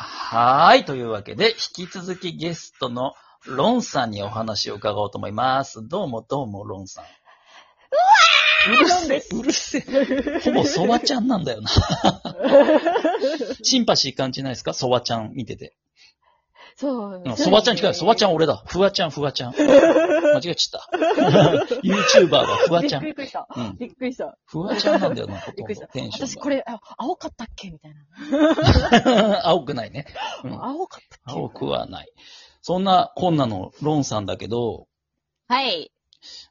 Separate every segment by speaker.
Speaker 1: はーい。というわけで、引き続きゲストのロンさんにお話を伺おうと思います。どうもどうも、ロンさん。うるせえ、うるせえ。 ほぼソワちゃんなんだよな。シンパシー感じないですかソワちゃん見てて。
Speaker 2: そう
Speaker 1: うん。ソワちゃん近い。ソワちゃん俺だ。フワちゃん、フワちゃん。間違えちゃった。YouTuber がフワちゃん
Speaker 2: び。っくりした。
Speaker 1: うん。
Speaker 2: びっくりした。
Speaker 1: フワちゃんなんだよな、ほと
Speaker 2: びっ
Speaker 1: んど
Speaker 2: くりした。
Speaker 1: テンションが。
Speaker 2: 私これ、あ青かったっけみたいな。
Speaker 1: 青くないね。うん
Speaker 2: 青かったっけ
Speaker 1: 青くはない。そんなこんなのロンさんだけど、
Speaker 2: はい。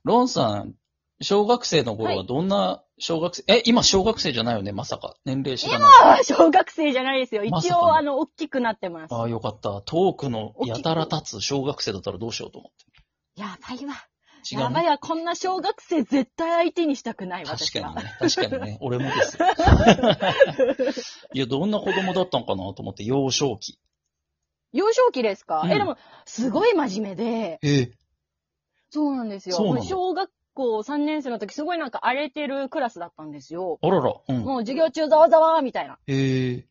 Speaker 1: ロンさん、小学生の頃はどんな小学生、え、今小学生じゃないよね、まさか。年齢知らない。
Speaker 2: あー小学生じゃないですよ。一
Speaker 1: まさかの
Speaker 2: 応、あの、大きくなってます。
Speaker 1: ああ、よかった。トークのやたら立つ小学生だったらどうしようと思っ
Speaker 2: やばいわ。
Speaker 1: て。違
Speaker 2: や
Speaker 1: う
Speaker 2: ばい
Speaker 1: ね。
Speaker 2: わ。こんな小学生絶対相手にしたくない、
Speaker 1: 確
Speaker 2: 私
Speaker 1: かに
Speaker 2: は。
Speaker 1: ね。確かに ね。俺もです。いや、どんな子供だったのかなと思って、幼少期。
Speaker 2: 幼少期ですか
Speaker 1: うん
Speaker 2: え、でも、すごい真面目で、
Speaker 1: え
Speaker 2: そうなんですよ。
Speaker 1: そうなの
Speaker 2: 小学校3年生の時、すごいなんか荒れてるクラスだったんですよ。
Speaker 1: あらら。うん。
Speaker 2: もう授業中ざわざわみたいな。
Speaker 1: ええ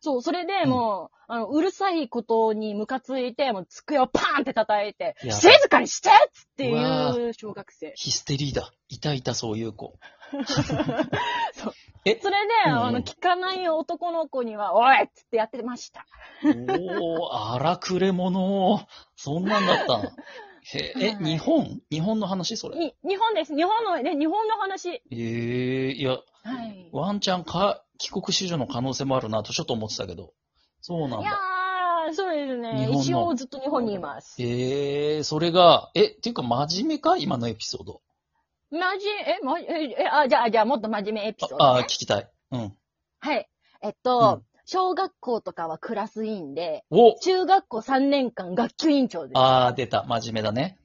Speaker 2: そう、それ
Speaker 1: う
Speaker 2: で
Speaker 1: ん
Speaker 2: もう、あの、うるさいことにムカついて、もう机をパーンって叩いて、
Speaker 1: やばい
Speaker 2: 静かにしてっつって
Speaker 1: うわ
Speaker 2: いう小学生。
Speaker 1: ヒステリーだ。いたいた、そういう 子。う
Speaker 2: それで、
Speaker 1: んうん
Speaker 2: あの、聞かない男の子には、おいっつってやってました。
Speaker 1: おー、荒くれ者。そんなんだったの。へえ、
Speaker 2: はい
Speaker 1: 日本日本の話それ。
Speaker 2: に、日本です。日本の、ね、日本の話。
Speaker 1: ええいや、
Speaker 2: はい。
Speaker 1: ワンチャンか、帰国子女の可能性もあるなとちょっと思ってたけど。そうなん
Speaker 2: いや
Speaker 1: だ。
Speaker 2: ー、そうです
Speaker 1: 日
Speaker 2: ね。
Speaker 1: 本の
Speaker 2: 一応ずっと日本にいます。
Speaker 1: ええそれが、え、っていうか真面目か今のエピソード。
Speaker 2: マジ、え、まじ、え、えあ、じゃあ、じゃあ、もっと真面目エピソード
Speaker 1: あ、あ
Speaker 2: ね、
Speaker 1: 聞きたい。うん。
Speaker 2: はい。えっと、
Speaker 1: うん
Speaker 2: 小学校とかはクラス委員で、
Speaker 1: お
Speaker 2: 中学校3年間学級委員長です。
Speaker 1: あー、出た。真面目だね。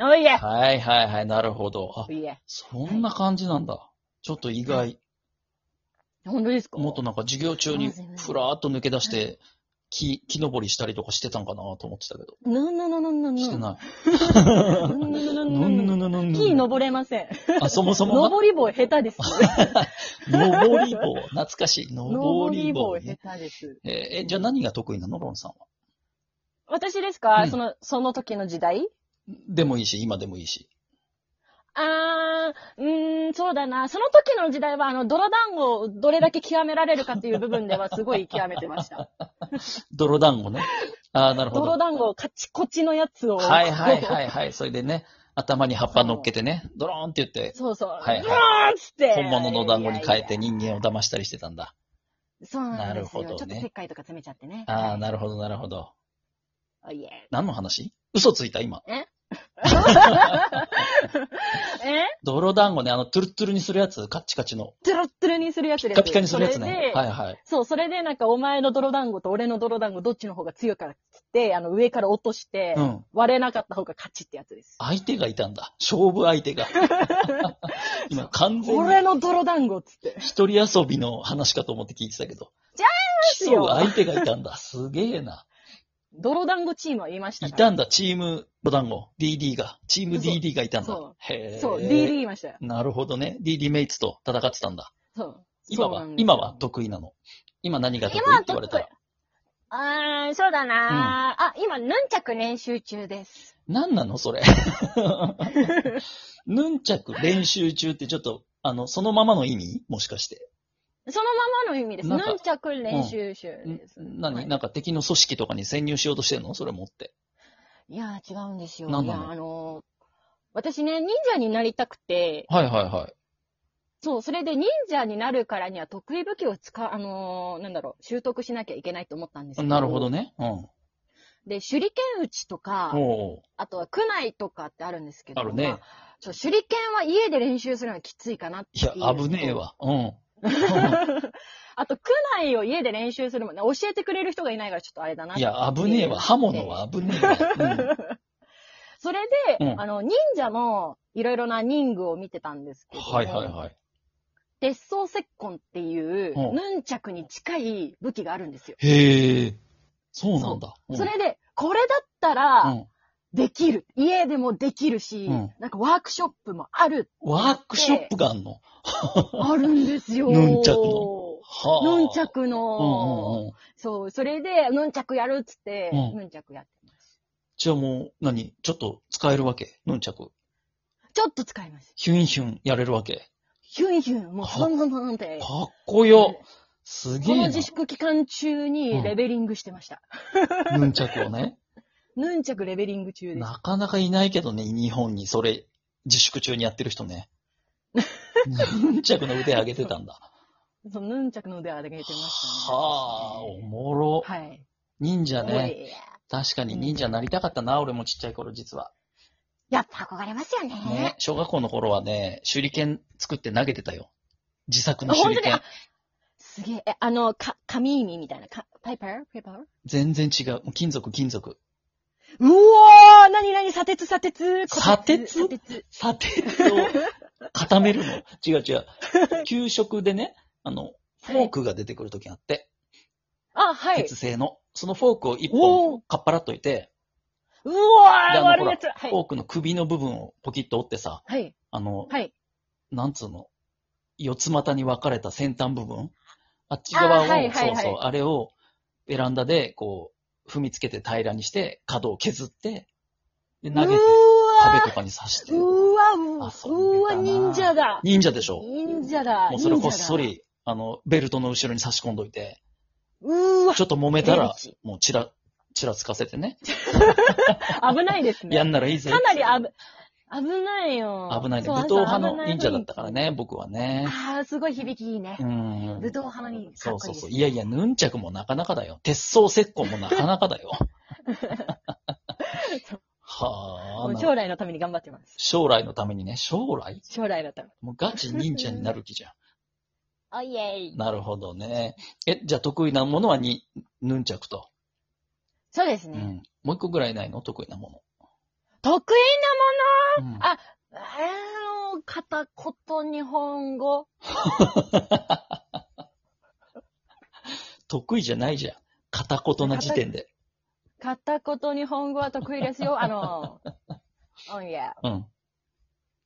Speaker 2: おいえ。
Speaker 1: はいはいはい、なるほど。あ
Speaker 2: お、いえ。
Speaker 1: そんな感じなんだ。ちょっと意外。
Speaker 2: 本当ですか
Speaker 1: もっとなんか授業中にふらーっと抜け出して、木、木登りしたりとかしてたんかなと思ってたけど。
Speaker 2: ぬんぬぬぬんぬんぬん。
Speaker 1: してない。
Speaker 2: ぬんぬんぬ
Speaker 1: ぬ
Speaker 2: んぬ
Speaker 1: んぬ
Speaker 2: んぬん。
Speaker 1: ぬぬぬ
Speaker 2: 木登れません。
Speaker 1: あ、そもそ もな、
Speaker 2: 登り棒下手です。
Speaker 1: 登り棒。懐かしい。登り棒
Speaker 2: 登
Speaker 1: ね。
Speaker 2: 下手です。
Speaker 1: えーえじゃあ何が得意なのロンさんは。
Speaker 2: 私です
Speaker 1: う
Speaker 2: か
Speaker 1: ん
Speaker 2: その、その時の時代
Speaker 1: でもいいし、今でもいいし。
Speaker 2: あー、うーん、そうだな。その時の時代は、あの、泥団子をどれだけ極められるかっていう部分ではすごい極めてました。
Speaker 1: 泥団子 ね。ああ、なるほ
Speaker 2: 泥
Speaker 1: ど。
Speaker 2: 団子、カチコチのやつを。
Speaker 1: はいはいはいはい。それでね、頭に葉っぱ乗っけてね、ドローンって言って、
Speaker 2: そうそう。
Speaker 1: はいはい
Speaker 2: ブワーンっつって。
Speaker 1: 本物の団子に変えて
Speaker 2: いやい
Speaker 1: 人間を騙したりしてたんだ。
Speaker 2: や。そうなんです
Speaker 1: な
Speaker 2: よ。
Speaker 1: るほどね
Speaker 2: ちょっと石灰とか詰めちゃってね。
Speaker 1: ああ、なるほどなるほど。
Speaker 2: おいえ。
Speaker 1: 何の話嘘ついた今。
Speaker 2: え
Speaker 1: 泥団子ね、あの、トゥルットゥルにするやつ、カッチカチの。
Speaker 2: トゥルットゥルにするやつです。
Speaker 1: ピカピカにするやつ
Speaker 2: そ
Speaker 1: ね
Speaker 2: れ。で
Speaker 1: はいはい。
Speaker 2: そう、それでなんかお前の泥団子と俺の泥団子どっちの方が強いからっつって、あの上から落として、
Speaker 1: うん。
Speaker 2: 割れなかった方が勝ちってやつです。
Speaker 1: 相手がいたんだ。勝負相 手が。今、完全に
Speaker 2: 俺の泥団子っつって。
Speaker 1: 一人遊びの話かと思って聞いてたけど。
Speaker 2: 違います
Speaker 1: 競
Speaker 2: よ
Speaker 1: う相手がいたんだ。すげえ な。
Speaker 2: 泥団子チームは言いました
Speaker 1: い
Speaker 2: から。
Speaker 1: たんだ、チーム、ボタンゴ、DD が。チーム DD がいたんだ
Speaker 2: そう。
Speaker 1: へえ。
Speaker 2: そう、DD 言いましたよ。
Speaker 1: なるほどね。DD メイツと戦ってたんだ。
Speaker 2: そう。
Speaker 1: 今
Speaker 2: そう
Speaker 1: は
Speaker 2: なん、ですよ
Speaker 1: 今は得意なの。今何が得意って
Speaker 2: 今は
Speaker 1: 言わ
Speaker 2: 得
Speaker 1: れた
Speaker 2: 意
Speaker 1: ら。。
Speaker 2: あー、そうだなー、あ、今、ヌンチャク練習中です。
Speaker 1: 何なのそ れ。ヌンチャク練習中ってちょっと、あの、そのままの意味もしかして。
Speaker 2: そのままの意味です。ヌ
Speaker 1: なん
Speaker 2: ン
Speaker 1: か
Speaker 2: チャク練習中
Speaker 1: ん
Speaker 2: です。
Speaker 1: 何、
Speaker 2: はい
Speaker 1: なんか敵の組織とかに潜入しようとしてんのそれ持って。
Speaker 2: いやー、違うんですよ。
Speaker 1: なん
Speaker 2: い
Speaker 1: な
Speaker 2: や
Speaker 1: の
Speaker 2: ー、あのー私ね、忍者になりたくて、
Speaker 1: はいはいはい。
Speaker 2: そう、それで忍者になるからには得意武器を使、あのーなんだろう、習得しなきゃいけないと思ったんですけど。
Speaker 1: なるほど。ね。うん。
Speaker 2: で、手裏剣打ちとか、
Speaker 1: おう
Speaker 2: あとは区内とかってあるんですけど。
Speaker 1: あるね
Speaker 2: まあちょ手裏剣は家で練習するのはきついかなって
Speaker 1: いや
Speaker 2: うの、と
Speaker 1: 危ねえ。わ。うん。
Speaker 2: あと、区内を家で練習するもんね、教えてくれる人がいないからちょっとあれだな。
Speaker 1: いや、危ねえわ。刃物は危ねえわ。
Speaker 2: それで、
Speaker 1: うん
Speaker 2: あの、忍者のいろいろな忍具を見てたんですけ
Speaker 1: うん、
Speaker 2: ど。
Speaker 1: はいはい はい。
Speaker 2: 鉄装石痕っていう、
Speaker 1: うん
Speaker 2: ヌンチャクに近い武器があるんですよ。
Speaker 1: へえ。そうなんだ。うん
Speaker 2: それで、これだったら、
Speaker 1: うん
Speaker 2: できる。家でもできるし、
Speaker 1: うん
Speaker 2: なんかワークショッ プもある。
Speaker 1: ワークショップがあんの
Speaker 2: あるんですよ。
Speaker 1: ヌンチャクのはあ。
Speaker 2: ヌンチャク
Speaker 1: うんうん
Speaker 2: の、
Speaker 1: うん。
Speaker 2: そう、それで、ヌンチャクやるっつって、
Speaker 1: うん
Speaker 2: ヌンチャクやってます。
Speaker 1: じゃあもう、何ちょっと使えるわけヌンチャク。
Speaker 2: ちょっと使います。
Speaker 1: ヒュンヒュンやれるわけ。
Speaker 2: ヒュンヒュン、もう、
Speaker 1: は
Speaker 2: ふんふんふんって。
Speaker 1: かっこよ。すげ
Speaker 2: この
Speaker 1: え
Speaker 2: 自粛期間中にレベリングしてました。
Speaker 1: な。ヌンチャクを ね。
Speaker 2: ヌンチャクレベリング中です。
Speaker 1: なかなかいないけどね、日本にそれ、自粛中にやってる人 ね。ヌンチャクの腕上げてたんだ。
Speaker 2: そのヌンチャクの腕を上げてましたね。
Speaker 1: はあ、おもろ。
Speaker 2: はい。
Speaker 1: 忍者ね。
Speaker 2: おい
Speaker 1: 確かに忍者なりたかったな、俺もちっちゃい頃実は。
Speaker 2: やっぱ憧れますよね。
Speaker 1: ね、小学校の頃はね、手裏剣作って投げてたよ。自作の
Speaker 2: あ
Speaker 1: 手
Speaker 2: 本
Speaker 1: 裏
Speaker 2: 当に
Speaker 1: 剣
Speaker 2: あ。すげえ。えあの、か、紙意味みたいな。かパイパーペーパー
Speaker 1: 全然違う。もう金属、金属。
Speaker 2: うおーなになに砂鉄、砂鉄。
Speaker 1: 砂鉄
Speaker 2: 砂鉄。
Speaker 1: 砂 鉄を固めるの。違う違う。給食でね、あの、フォークが出てくる時あって、
Speaker 2: あ、はい。
Speaker 1: 鉄製の。そのフォークを一
Speaker 2: お
Speaker 1: 本かっぱらっといて、
Speaker 2: うわ
Speaker 1: であ
Speaker 2: ー
Speaker 1: の
Speaker 2: 悪いやつ。は
Speaker 1: フォ
Speaker 2: い。
Speaker 1: ークの首の部分をポキッと折ってさ、
Speaker 2: はい。
Speaker 1: あの、
Speaker 2: はい。
Speaker 1: なんつうの、四つ股に分かれた先端部分あっち
Speaker 2: あ
Speaker 1: 側を、
Speaker 2: ーはいはい
Speaker 1: そう
Speaker 2: はい
Speaker 1: そう、あれをベランダでこう、踏みつけて平らにして、角を削って、で投げて
Speaker 2: う、
Speaker 1: 壁
Speaker 2: わ
Speaker 1: とかに刺して
Speaker 2: ー。うわうわ
Speaker 1: 遊んで
Speaker 2: う
Speaker 1: た
Speaker 2: わ
Speaker 1: な
Speaker 2: 忍者だ。
Speaker 1: 忍者でしょ
Speaker 2: 忍者だ。
Speaker 1: もうそれこっそ
Speaker 2: 忍者だ。
Speaker 1: り、あの、ベルトの後ろに差し込んどいて、
Speaker 2: うーわ
Speaker 1: ちょっと揉めた
Speaker 2: ベ
Speaker 1: ら
Speaker 2: ンチ、
Speaker 1: もうチラ、チラつかせてね。
Speaker 2: 危ないですね。
Speaker 1: やんならいいぜ。
Speaker 2: かなり危、危ないよ。
Speaker 1: 危ないね。
Speaker 2: そう
Speaker 1: 武闘派の忍者だったから。ね、僕は
Speaker 2: あ
Speaker 1: ね。
Speaker 2: あー、すごい響きいいね
Speaker 1: う。ん
Speaker 2: 武。闘派の忍者。
Speaker 1: そうそうそう。い
Speaker 2: や。
Speaker 1: やいや、ヌンチャクもなかなかだよ。鉄装石膏もなかなかだよ。 は
Speaker 2: も
Speaker 1: あ
Speaker 2: う
Speaker 1: な
Speaker 2: 将来のために頑張ってます。
Speaker 1: 将来のためにね、将来
Speaker 2: 将来のため。
Speaker 1: もうガチ忍者になる気じゃ
Speaker 2: おいえい
Speaker 1: ん。。なるほどね。え、じゃあ得意なものはに、ヌンチャクと。
Speaker 2: そうです
Speaker 1: う
Speaker 2: ね。
Speaker 1: ん。もう一個ぐらいないの得意なも
Speaker 2: 得意
Speaker 1: の。うん
Speaker 2: あな、あの、片言日本語。
Speaker 1: 得意じゃないじゃん。片言な時点で。
Speaker 2: 片言日本語は得意です よ。あの、おいえ。
Speaker 1: うん。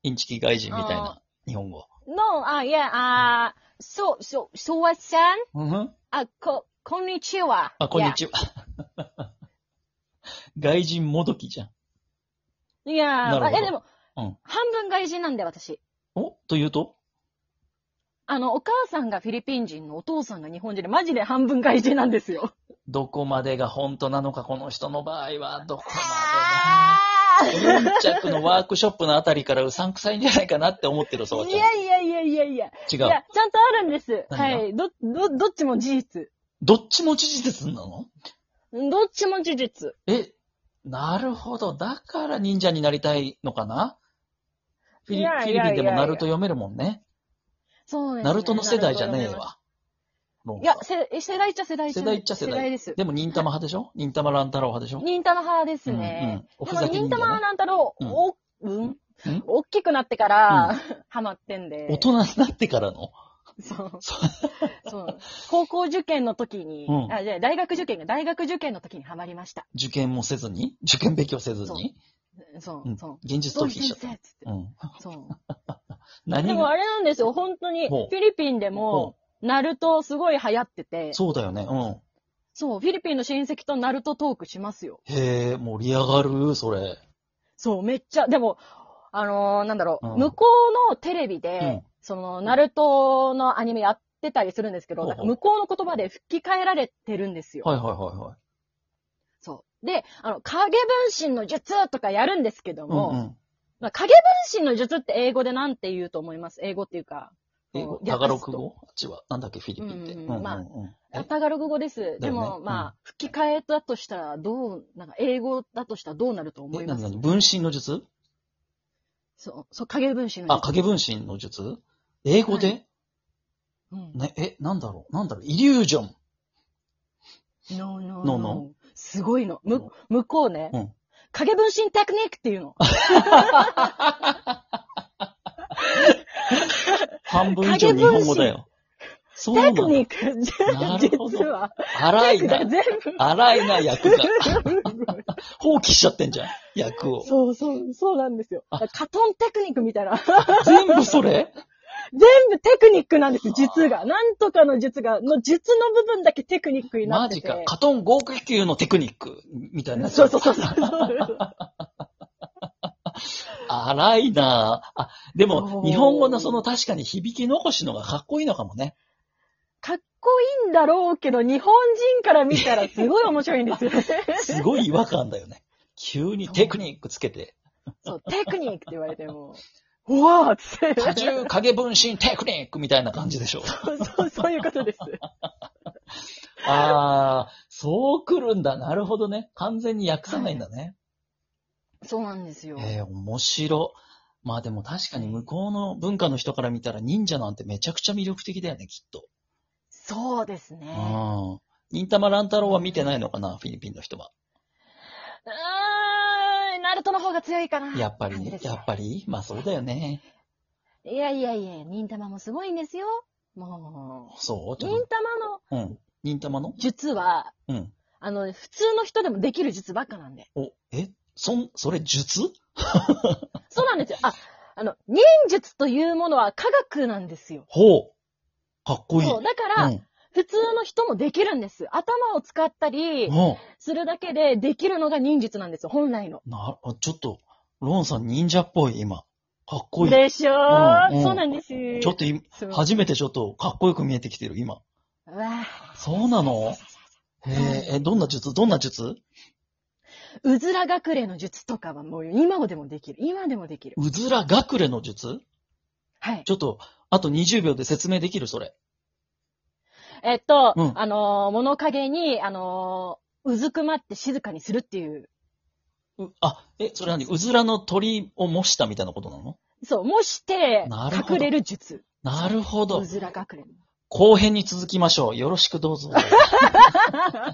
Speaker 1: インチキ外人みたいな日本語。
Speaker 2: の、あ、いや、あー、そう、そう、そうわさん
Speaker 1: うん
Speaker 2: あ、こ、こんにちは。
Speaker 1: あ、こんにちは。 外人もどきじゃん。
Speaker 2: は。いや
Speaker 1: な
Speaker 2: ー、
Speaker 1: るほ
Speaker 2: あ
Speaker 1: ど
Speaker 2: え、でも、
Speaker 1: うん
Speaker 2: 半分外人なんで私。
Speaker 1: おというと
Speaker 2: あの、お母さんがフィリピン人のお父さんが日本人で、マジで半分外人なんですよ。
Speaker 1: どこまでが本当なのか、この人の場合は、どこま
Speaker 2: あ
Speaker 1: でが。ヌンチャクのワークショップのあたりからうさんくさいんじゃないかなって思ってる、そ
Speaker 2: ー
Speaker 1: う
Speaker 2: い
Speaker 1: ちゃ
Speaker 2: やいやいやいやいや。い
Speaker 1: ん。違う。
Speaker 2: や、ちゃんとあるんです。は
Speaker 1: 何が
Speaker 2: い。ど、ど、どっちも事実。
Speaker 1: どっちも事実なの
Speaker 2: どっちも事実。
Speaker 1: え、なるほど。だから忍者になりたいのかなフィ
Speaker 2: い
Speaker 1: リ
Speaker 2: や
Speaker 1: フィ
Speaker 2: いやい
Speaker 1: リ
Speaker 2: や
Speaker 1: ピンでもナルト読めるもんね。
Speaker 2: そうです、ね。
Speaker 1: ナルトの世代じゃねえ
Speaker 2: ナルト
Speaker 1: わ。もう
Speaker 2: いや、せ、え世代っちゃ世代
Speaker 1: 世代っちゃ世代
Speaker 2: 世代です。
Speaker 1: でも、忍たま派でしょ忍たま乱太郎派でしょ
Speaker 2: 忍たま派ですね。
Speaker 1: うんうんおふ
Speaker 2: でも、
Speaker 1: ざけ忍
Speaker 2: 忍
Speaker 1: 者
Speaker 2: た
Speaker 1: ね
Speaker 2: まなんだろう、お、うん
Speaker 1: うん
Speaker 2: 大きくなってから、ハマってんで。
Speaker 1: 大人になってからの
Speaker 2: そう。
Speaker 1: そ
Speaker 2: そう。高校受験の時に、
Speaker 1: うん
Speaker 2: あ、じゃあ大学受験が、大学受験の時にハマりました。
Speaker 1: 受験もせずに受験勉強せずに
Speaker 2: そうう、
Speaker 1: ん
Speaker 2: そう。
Speaker 1: 現実
Speaker 2: 土
Speaker 1: 逃
Speaker 2: 井
Speaker 1: 避しちゃ
Speaker 2: 先
Speaker 1: った
Speaker 2: 生。っつって。
Speaker 1: うん。
Speaker 2: そう。で
Speaker 1: 何
Speaker 2: も
Speaker 1: が
Speaker 2: あれなんですよ、本当に、フ
Speaker 1: ほう
Speaker 2: ィリピンでも、ナルトすごい流行ってて、
Speaker 1: そうだよね。う
Speaker 2: そう、フィリピンの親戚とナルトトークしますよ。
Speaker 1: ん。へえ、盛り上がる、それ。
Speaker 2: そう、めっちゃ、でも、あのーなんだろう、
Speaker 1: うん
Speaker 2: 向こうのテレビで、
Speaker 1: うん
Speaker 2: その、ナルトのアニメやってたりするんですけど、
Speaker 1: ほう
Speaker 2: なん
Speaker 1: ほ
Speaker 2: か
Speaker 1: う
Speaker 2: 向こうの言葉で吹き替えられてるんですよ。
Speaker 1: はいはいはいはい。
Speaker 2: そう。で、あの、影分身の術とかやるんですけども、
Speaker 1: うんうん。
Speaker 2: まあ、影分身の術って英語でなんて言うと思います英語っていうか、
Speaker 1: 英語
Speaker 2: う、ん
Speaker 1: タガロク語あっちは、なんだっけ、フィリピンって。
Speaker 2: う
Speaker 1: うん
Speaker 2: う
Speaker 1: ん
Speaker 2: んうん
Speaker 1: うん
Speaker 2: まあ
Speaker 1: うんえ
Speaker 2: あタガログ語です。
Speaker 1: だ
Speaker 2: で
Speaker 1: よね
Speaker 2: も、
Speaker 1: うん
Speaker 2: まあ、吹き替えだとしたらどう、なんか英語だとしたらどうなると思
Speaker 1: え、
Speaker 2: い
Speaker 1: な
Speaker 2: ま
Speaker 1: に
Speaker 2: す
Speaker 1: なに分身の術
Speaker 2: そう、そう、影分身の
Speaker 1: あ、
Speaker 2: 術。
Speaker 1: 影分身の術英語
Speaker 2: は
Speaker 1: で
Speaker 2: うん
Speaker 1: ね、え、なんだろうなんだろうイリュージョン。
Speaker 2: No,
Speaker 1: No,
Speaker 2: no, no.
Speaker 1: no.
Speaker 2: すごいの。
Speaker 1: No.
Speaker 2: む、向こうね、
Speaker 1: うん
Speaker 2: 影分身テクニックっていうの。
Speaker 1: 半分以上日本語だよ。そうな
Speaker 2: テク
Speaker 1: の
Speaker 2: ニック、
Speaker 1: なるほど
Speaker 2: 実は。
Speaker 1: 荒いな
Speaker 2: テク。ニック
Speaker 1: 荒いな、役が。
Speaker 2: だ全部。
Speaker 1: 放棄しちゃってんじゃん。役を。
Speaker 2: そうそう、そうなんですよ。
Speaker 1: あ
Speaker 2: カトンテクニックみたいな。
Speaker 1: 全部それ
Speaker 2: 全部テクニックなんです、術が。なんとかの術が、の術の部分だけテクニックにな
Speaker 1: マ
Speaker 2: って
Speaker 1: ジ
Speaker 2: て。
Speaker 1: か。カトン合格級のテクニックみたいな。
Speaker 2: そうそうそう そう。
Speaker 1: 荒いなぁ。あ、で
Speaker 2: そ
Speaker 1: も、
Speaker 2: う
Speaker 1: 日本語のその確かに響き残しのがかっこいいのかもね。
Speaker 2: かっこいいんだろうけど、日本人から見たらすごい面白いんですよね。
Speaker 1: すごい違和感だよね。急にテクニックつけて、
Speaker 2: そう、テクニックって言われて も、うわーっつって。
Speaker 1: 多重影分身テクニックみたいな感じ でしょ。
Speaker 2: そう、そういうことです。
Speaker 1: ああ、そう来るんだ。なるほどね。完全に訳さないんだね。
Speaker 2: そうなんですよ。
Speaker 1: えー、面白。まあでも確かに向こうの文化の人から見たら忍者なんてめちゃくちゃ魅力的だよね、きっと。
Speaker 2: そうですね。
Speaker 1: うん。忍たま乱太郎は見てないのかな、フィリピンの人は。
Speaker 2: うーん、ナルトの方が強いかな。
Speaker 1: やっぱり
Speaker 2: 感じで
Speaker 1: ね、
Speaker 2: す
Speaker 1: やっぱり、まあそうだよね。
Speaker 2: いやいやいや、忍たまもすごいんですよ。も
Speaker 1: そう
Speaker 2: う。
Speaker 1: ち
Speaker 2: 忍
Speaker 1: ょった
Speaker 2: まの
Speaker 1: と、うん。忍たまの
Speaker 2: 術は、
Speaker 1: うん。
Speaker 2: あの、普通の人でもできる術ばっかなんで。
Speaker 1: お、えそん、それ術
Speaker 2: そうなんですよ。あ、あの、忍術というものは科学なんですよ。
Speaker 1: ほう。かっこいい。
Speaker 2: そう、だから、
Speaker 1: うん。
Speaker 2: 普通の人もできるんです。頭を使ったり
Speaker 1: うん
Speaker 2: するだけでできるのが忍術なんですよ、本来の。
Speaker 1: な、あちょっと、ロンさん忍者っぽい、今。かっこいい。
Speaker 2: でしょー、
Speaker 1: うんうん
Speaker 2: そうなんですよ。
Speaker 1: ちょっと今、
Speaker 2: そう
Speaker 1: 初めてちょっとかっこよく見えてきてる、今。
Speaker 2: うわ
Speaker 1: そうなのへえ、え、どんな術どんな術
Speaker 2: ーうずら隠れの術とかはもう今でもできる。今でもできる。
Speaker 1: うずら隠れの術
Speaker 2: はい。
Speaker 1: ちょっと、あと20秒で説明できるそれ。
Speaker 2: えっと、
Speaker 1: うん
Speaker 2: あのー物陰に、あのーうずくまって静かにするっていう。
Speaker 1: うあ、え、それ何うずらの鳥を模したみたいなことなの
Speaker 2: そう、もして
Speaker 1: なる、ほど
Speaker 2: 隠れる術。
Speaker 1: なるほ
Speaker 2: う
Speaker 1: ど。
Speaker 2: ずら隠れの。
Speaker 1: 後編に続きましょう。よろしくどうぞ。